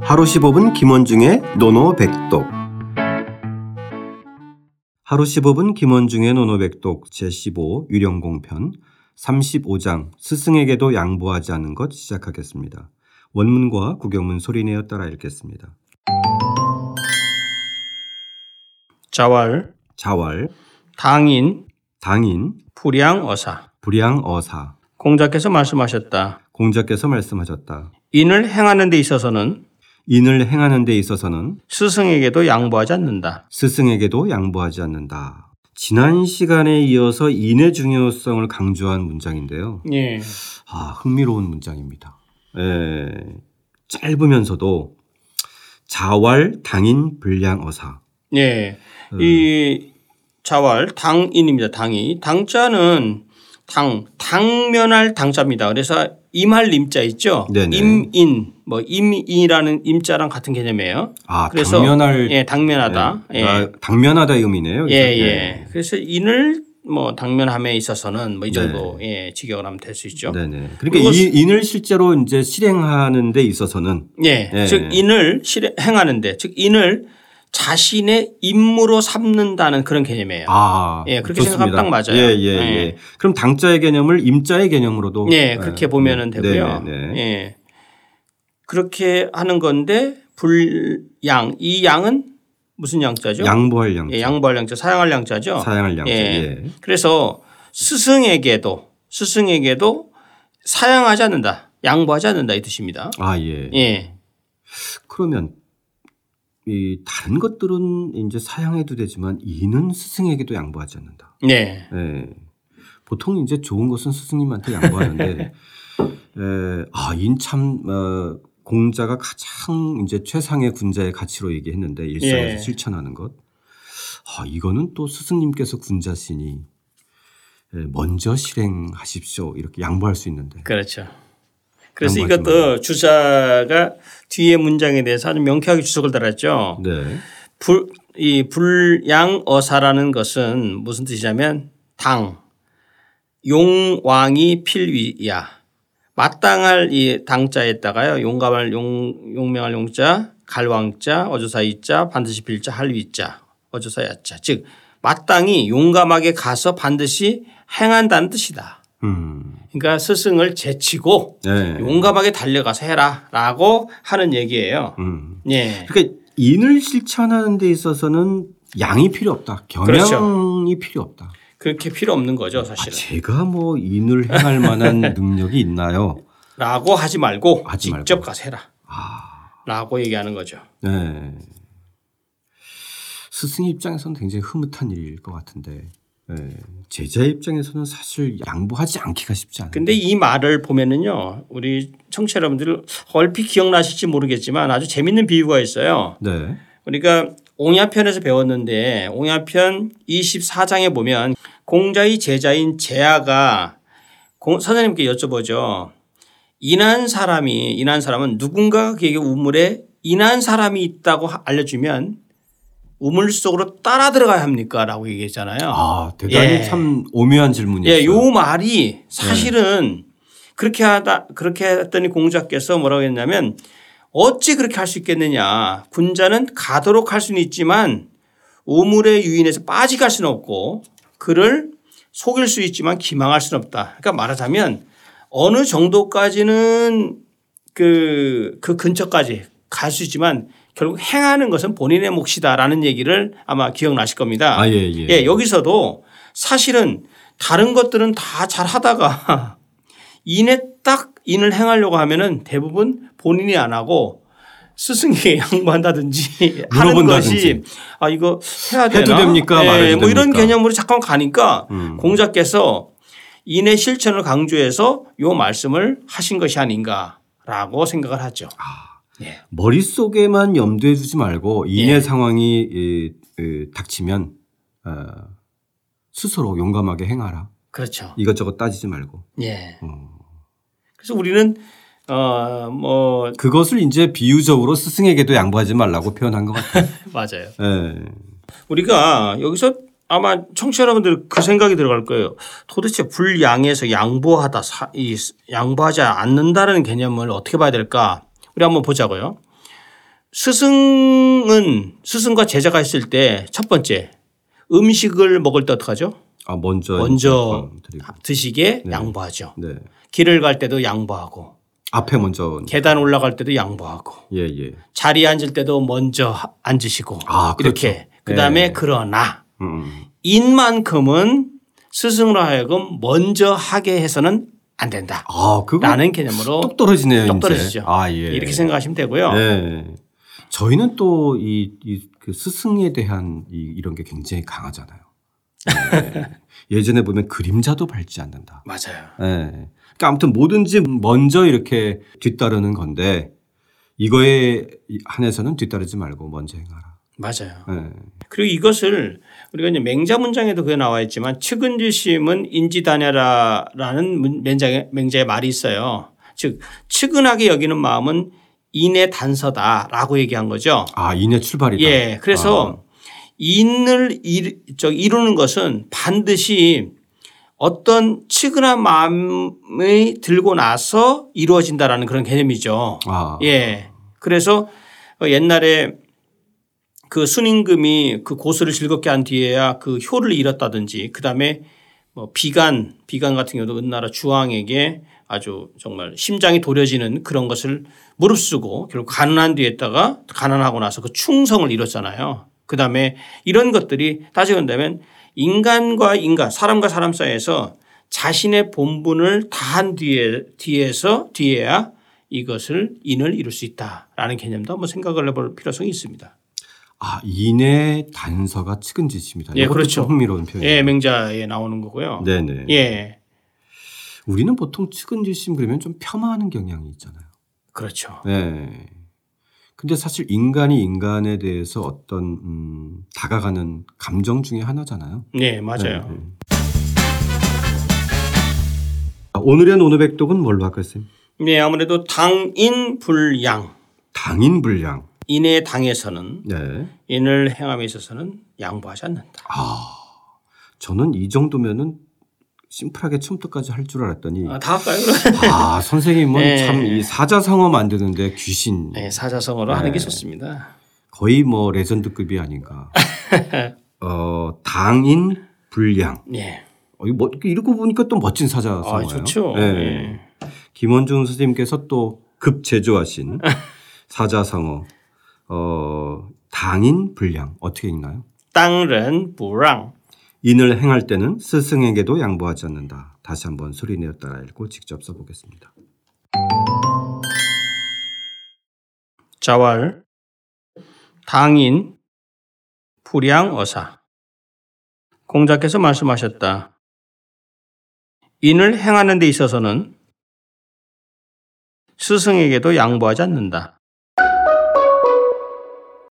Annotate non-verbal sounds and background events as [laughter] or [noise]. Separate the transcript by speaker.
Speaker 1: 하루 15분 김원중의 노노백독 하루 15분 김원중의 노노백독 제15 유령공편 35장 스승에게도 양보하지 않는 것 시작하겠습니다. 원문과 구경문 소리내어 따라 읽겠습니다.
Speaker 2: 자왈,
Speaker 1: 자왈,
Speaker 2: 당인,
Speaker 1: 당인,
Speaker 2: 불량어사.
Speaker 1: 불양어사
Speaker 2: 공자께서 말씀하셨다.
Speaker 1: 공자께서 말씀하셨다.
Speaker 2: 인을 행하는 데 있어서는
Speaker 1: 인을 행하는 데 있어서는
Speaker 2: 스승에게도 양보하지 않는다.
Speaker 1: 스승에게도 양보하지 않는다. 지난 시간에 이어서 인의 중요성을 강조한 문장인데요.
Speaker 2: 예.
Speaker 1: 아, 흥미로운 문장입니다. 에, 짧으면서도 자활 당인 불량어사.
Speaker 2: 예. 이 자왈, 당인입니다. 당이. 당자는 당, 당면할 당자입니다. 그래서 임할 임자 있죠?
Speaker 1: 네네.
Speaker 2: 임인, 뭐 임인이라는 임자랑 같은 개념이에요.
Speaker 1: 아,
Speaker 2: 그래서
Speaker 1: 당면할
Speaker 2: 예, 당면하다.
Speaker 1: 예,
Speaker 2: 예.
Speaker 1: 아, 당면하다 이 의미네요.
Speaker 2: 예,
Speaker 1: 그래서,
Speaker 2: 예. 그래서 인을 뭐 당면함에 있어서는 뭐 이 정도 예, 직역을 하면 될 수 있죠.
Speaker 1: 네. 네네. 그러니까
Speaker 2: 그리고
Speaker 1: 이 인을 실제로 이제 실행하는 데 있어서는
Speaker 2: 예.
Speaker 1: 예.
Speaker 2: 즉 인을 실행- 행하는데 즉 인을 자신의 임무로 삼는다는 그런 개념이에요.
Speaker 1: 아,
Speaker 2: 예, 그렇게
Speaker 1: 좋습니다.
Speaker 2: 생각하면 딱 맞아요.
Speaker 1: 예, 예,
Speaker 2: 예.
Speaker 1: 예. 그럼 당자의 개념을 임자의 개념으로도
Speaker 2: 예, 그렇게 보면은 되고요.
Speaker 1: 네. 네네.
Speaker 2: 예. 그렇게 하는 건데 불양 이 양은 무슨 양자죠?
Speaker 1: 양보할 양자,
Speaker 2: 예, 양보할 양자, 사양할 양자죠.
Speaker 1: 사양할 양자.
Speaker 2: 예.
Speaker 1: 예.
Speaker 2: 그래서 스승에게도 스승에게도 사양하지 않는다. 양보하지 않는다 이 뜻입니다.
Speaker 1: 아, 예.
Speaker 2: 예.
Speaker 1: 그러면 이 다른 것들은 이제 사양해도 되지만 이는 스승에게도 양보하지 않는다.
Speaker 2: 네.
Speaker 1: 예. 보통 이제 좋은 것은 스승님한테 양보하는데 에, 아, 인참 어, 공자가 가장 이제 최상의 군자의 가치로 얘기했는데 일상에서
Speaker 2: 예.
Speaker 1: 실천하는 것. 아, 이거는 또 스승님께서 군자시니 예, 먼저 실행하십시오. 이렇게 양보할 수 있는데.
Speaker 2: 그렇죠. 그래서
Speaker 1: 양보하지
Speaker 2: 이것도 주자가 뒤에 문장에 대해서 아주 명쾌하게 주석을 달았죠.
Speaker 1: 네.
Speaker 2: 불, 이 불양어사라는 것은 무슨 뜻이냐면 당, 용왕이 필위야. 마땅할 이 당자에다가요. 용감할 용, 용명할 용자, 갈왕자, 어조사 이자, 반드시 빌자, 할위자, 어조사 야자. 즉, 마땅히 용감하게 가서 반드시 행한다는 뜻이다.
Speaker 1: 음.
Speaker 2: 그러니까 스승을 제치고
Speaker 1: 네.
Speaker 2: 용감하게 달려가서 해라 라고 하는 얘기예요.
Speaker 1: 음.
Speaker 2: 예.
Speaker 1: 그러니까 인을 실천하는 데 있어서는 양이 필요 없다. 경향이 필요 없다.
Speaker 2: 그렇게 필요 없는 거죠,
Speaker 1: 아,
Speaker 2: 그렇죠. 사실은.
Speaker 1: 제가 뭐 인을 행할 만한
Speaker 2: [laughs]
Speaker 1: 능력이 있나요?
Speaker 2: 라고 하지 말고
Speaker 1: 하지 말고.
Speaker 2: 직접 가서 해라.
Speaker 1: 아,
Speaker 2: 라고 얘기하는 거죠.
Speaker 1: 네. 스승의 입장에서는 굉장히 흐뭇한 일일 것 같은데 네. 제자 의 입장에서는 사실 양보하지 않기가 쉽지 않아요.
Speaker 2: 근데 이 말을 보면은요, 우리 청취자 여러분들 얼핏 기억나실지 모르겠지만 아주 재밌는 비유가 있어요.
Speaker 1: 네,
Speaker 2: 그러니까 옹야편에서 배웠는데 옹야편 24장에 보면 공자의 제자인 제아가 공- 선생님께 여쭤보죠. 인한 사람이 인한 사람은 누군가가 그에게 우물에 인한 사람이 있다고 하- 알려주면 우물 속으로 따라 들어가야 합니까?라고 얘기했잖아요.
Speaker 1: 아 대단히
Speaker 2: 예.
Speaker 1: 참 오묘한 질문이었어요.
Speaker 2: 예, 요 말이 사실은 그렇게 하다 그렇게 했더니 공자께서 뭐라고 했냐면 어찌 그렇게 할 수 있겠느냐. 군자는 가도록 할 수는 있지만 우물의 유인에서 빠지갈 수는 없고 그를 속일 수 있지만 기망할 수는 없다. 그러니까 말하자면 어느 정도까지는 그, 그 근처까지 갈 수 있지만 결국 행하는 것은 본인의 몫이다라는 얘기를 아마 기억나실 겁니다.
Speaker 1: 아, 예, 예.
Speaker 2: 예, 여기서도 사실은 다른 것들은 다 잘 하다가 [laughs] 인에 딱 인을 행하려고 하면은 대부분 본인이 안 하고 스승에게 [laughs] 양보한다든지 하는 것이
Speaker 1: 물어본다든지.
Speaker 2: 아 이거 해야 되나?
Speaker 1: 해도 됩니까? 말해도
Speaker 2: 뭐 이런
Speaker 1: 됩니까? 음.
Speaker 2: 개념으로 잠깐 가니까 공자께서 인의 실천을 강조해서 요 말씀을 하신 것이 아닌가라고 생각을 하죠.
Speaker 1: 머릿속에만 염두해 두지 말고
Speaker 2: 예.
Speaker 1: 인의 상황이 이, 이, 닥치면 어, 스스로 용감하게 행하라.
Speaker 2: 그렇죠.
Speaker 1: 이것저것 따지지 말고.
Speaker 2: 예.
Speaker 1: 어.
Speaker 2: 그래서 우리는 어뭐
Speaker 1: 그것을 이제 비유적으로 스승에게도 양보하지 말라고 표현한 것
Speaker 2: [laughs]
Speaker 1: 같아요.
Speaker 2: 맞아요.
Speaker 1: 예.
Speaker 2: 우리가 여기서 아마 청취자 여러분들 그 생각이 들어갈 거예요. 도대체 불양에서 양보하다 사- 이 양보하지 않는다는 개념을 어떻게 봐야 될까? 우리 한번 보자고요. 스승은 스승과 제자가 있을 때 첫 번째 음식을 먹을 때 어떡하죠?
Speaker 1: 아 먼저
Speaker 2: 먼저
Speaker 1: 인사권 드리고.
Speaker 2: 드시게 양보하죠.
Speaker 1: 네
Speaker 2: 길을 갈 때도 양보하고
Speaker 1: 앞에 먼저
Speaker 2: 계단 올라갈 때도 양보하고
Speaker 1: 예예 예.
Speaker 2: 자리에 앉을 때도 먼저 하- 앉으시고
Speaker 1: 아, 그렇죠.
Speaker 2: 이렇게 그다음에
Speaker 1: 네.
Speaker 2: 그러나
Speaker 1: 음,
Speaker 2: 인만큼은 스승으로 하여금 먼저 하게 해서는 안 된다.
Speaker 1: 아 그거
Speaker 2: 라는 개념으로
Speaker 1: 똑 떨어지네요
Speaker 2: 똑
Speaker 1: 이제.
Speaker 2: 떨어지죠.
Speaker 1: 아 예.
Speaker 2: 이렇게 생각하시면 되고요.
Speaker 1: 예. 저희는 또 이그 스승에 대한 이, 이런 게 굉장히 강하잖아요.
Speaker 2: [laughs]
Speaker 1: 예. 예전에 보면 그림자도 밟지 않는다.
Speaker 2: 맞아요.
Speaker 1: 예. 그러니까 아무튼 뭐든지 먼저 이렇게 뒤따르는 건데 이거에 한해서는 뒤따르지 말고 먼저 행하라.
Speaker 2: 맞아요.
Speaker 1: 예.
Speaker 2: 그리고 이것을 우리가 이제 맹자 문장에도 그게 나와 있지만 측은지심은 인지단야라라는 문- 맹자의, 맹자의 말이 있어요. 즉 측은하게 여기는 마음은 인의 단서다라고 얘기한 거죠.
Speaker 1: 아 인의 출발이다.
Speaker 2: 예. 그래서 인을 이루, 저 이루는 것은 반드시 어떤 측은한 마음이 들고 나서 이루어진다라는 그런 개념이죠.
Speaker 1: 아,
Speaker 2: 예. 그래서 어, 옛날에 그 순임금이 그 고수를 즐겁게 한 뒤에야 그 효를 잃었다든지 그 다음에 뭐 비간, 비간 같은 경우도 그 은나라 주왕에게 아주 정말 심장이 도려지는 그런 것을 무릅쓰고 결국 가난한 뒤에다가 가난하고 나서 그 충성을 잃었잖아요. 그 다음에 이런 것들이 따지고 본다면 인간과 인간, 사람과 사람 사이에서 자신의 본분을 다한 뒤에, 뒤에서 뒤에야 이것을 인을 이룰 수 있다라는 개념도 한번 생각을 해볼 필요성이 있습니다.
Speaker 1: 아 인의 단서가 측은지심이다.
Speaker 2: 예,
Speaker 1: 이것도
Speaker 2: 그렇죠.
Speaker 1: 좀 흥미로운 표현.
Speaker 2: 예, 맹자에 나오는 거고요.
Speaker 1: 네. 네네.
Speaker 2: 예,
Speaker 1: 우리는 보통 측은지심 그러면 좀 폄하하는 경향이 있잖아요.
Speaker 2: 그렇죠.
Speaker 1: 네. 근데 사실 인간이 인간에 대해서 어떤 음, 다가가는 감정 중에 하나잖아요.
Speaker 2: 네, 맞아요.
Speaker 1: 네, 네. 아, 오늘의 노노백독은 뭘로 할까요, 쌤?
Speaker 2: 네, 아무래도 당인 불양
Speaker 1: 당인불량.
Speaker 2: 인의 당에서는
Speaker 1: 네.
Speaker 2: 인을 행함에 있어서는 양보하지 않는다.
Speaker 1: 아, 저는 이 정도면은 심플하게 처음부터까지 할 줄 알았더니
Speaker 2: 아, 다 할까요? [laughs]
Speaker 1: 아 선생님은
Speaker 2: 네.
Speaker 1: 참 이 사자상어 만드는데 귀신
Speaker 2: 네, 사자성어로 하는 게 좋습니다.
Speaker 1: 거의 뭐 레전드급이
Speaker 2: [laughs]
Speaker 1: 아닌가. 어 당인 불량.
Speaker 2: 네,
Speaker 1: 어, 이거 뭐, 이렇게 보니까 또 멋진 사자상어예요.
Speaker 2: 아, 좋죠.
Speaker 1: 네.
Speaker 2: 네.
Speaker 1: 김원준 선생님께서 또 급
Speaker 2: [laughs]
Speaker 1: 제조하신 사자성어 어, 당인 불량 어떻게 읽나요?
Speaker 2: 땅른 부랑
Speaker 1: 인을 행할 때는 스승에게도 양보하지 않는다. 다시 한번 소리내어 따라 읽고 직접 써보겠습니다.
Speaker 2: 자왈 당인 불양어사 공자께서 말씀하셨다. 인을 행하는 데 있어서는 스승에게도 양보하지 않는다.